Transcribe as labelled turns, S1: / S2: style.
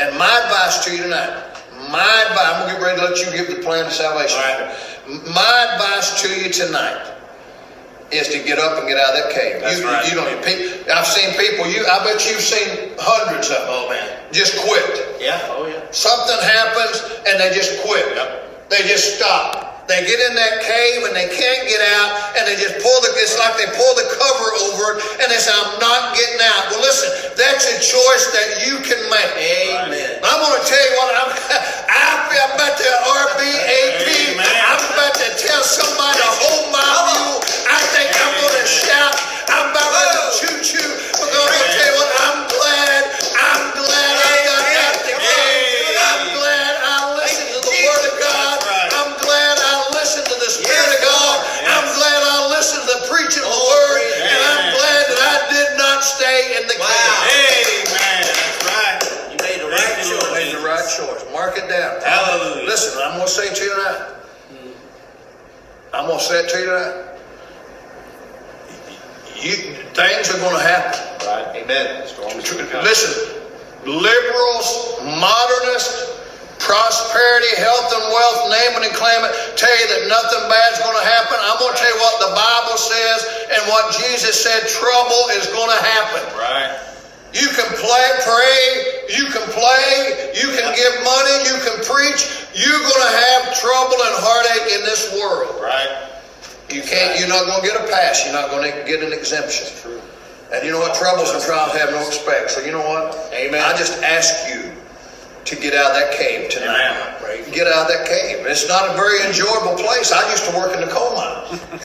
S1: And my advice to you tonight, my advice, I'm going to get ready to let you give the plan of salvation.
S2: All right.
S1: M- My advice to you tonight is to get up and get out of that cave.
S2: That's
S1: you,
S2: right.
S1: you don't, pe- I've seen people, you, I bet you've seen hundreds of them
S2: Oh man.
S1: just quit.
S2: Yeah. Oh yeah.
S1: Something happens and they just quit.
S2: Yep.
S1: They just stop. They get in that cave and they can't get out, and they just pull the. It's like they pull the cover over it, and they say, "I'm not getting out." Well, listen, that's a choice that you can make.
S2: Amen.
S1: I'm going to tell you what I'm. I feel- I'm about to RBAP.
S2: Amen.
S1: I'm about to tell somebody to hold my mule. I think I'm going to shout. I'm about to choo choo. Because I'm going to tell you what I'm glad. I'm glad I got out the gate. I'm glad I listened to the word of God. I'm glad I listened to the spirit of God. I'm glad I listened to the preaching of the word, and I'm glad that I did not stay in the
S2: Wow.
S1: cave.
S2: Amen. That's right. You made the right
S1: I made the right choice. Mark it down.
S2: Hallelujah.
S1: Listen, I'm gonna say it to you tonight. I'm gonna say it to you tonight. You things are gonna happen.
S2: Right. Amen. Storms are coming.
S1: Listen, liberals, modernists, prosperity, health and wealth, name it and claim it, tell you that nothing bad's gonna happen. I'm gonna tell you what the Bible says and what Jesus said, trouble is gonna happen.
S2: Right.
S1: You can play, pray, you can play, you can give money, you can preach. You're going to have trouble and heartache in this world.
S2: Right.
S1: You can't, you're not going to get a pass. You're not going to get an exemption. True. And you know what? Troubles and trials have no respect. So you know what?
S2: Amen.
S1: I just ask you to get out of that cave tonight.
S2: Amen. Praise
S1: Get out of that cave. It's not a very enjoyable place. I used to work in the coal mine.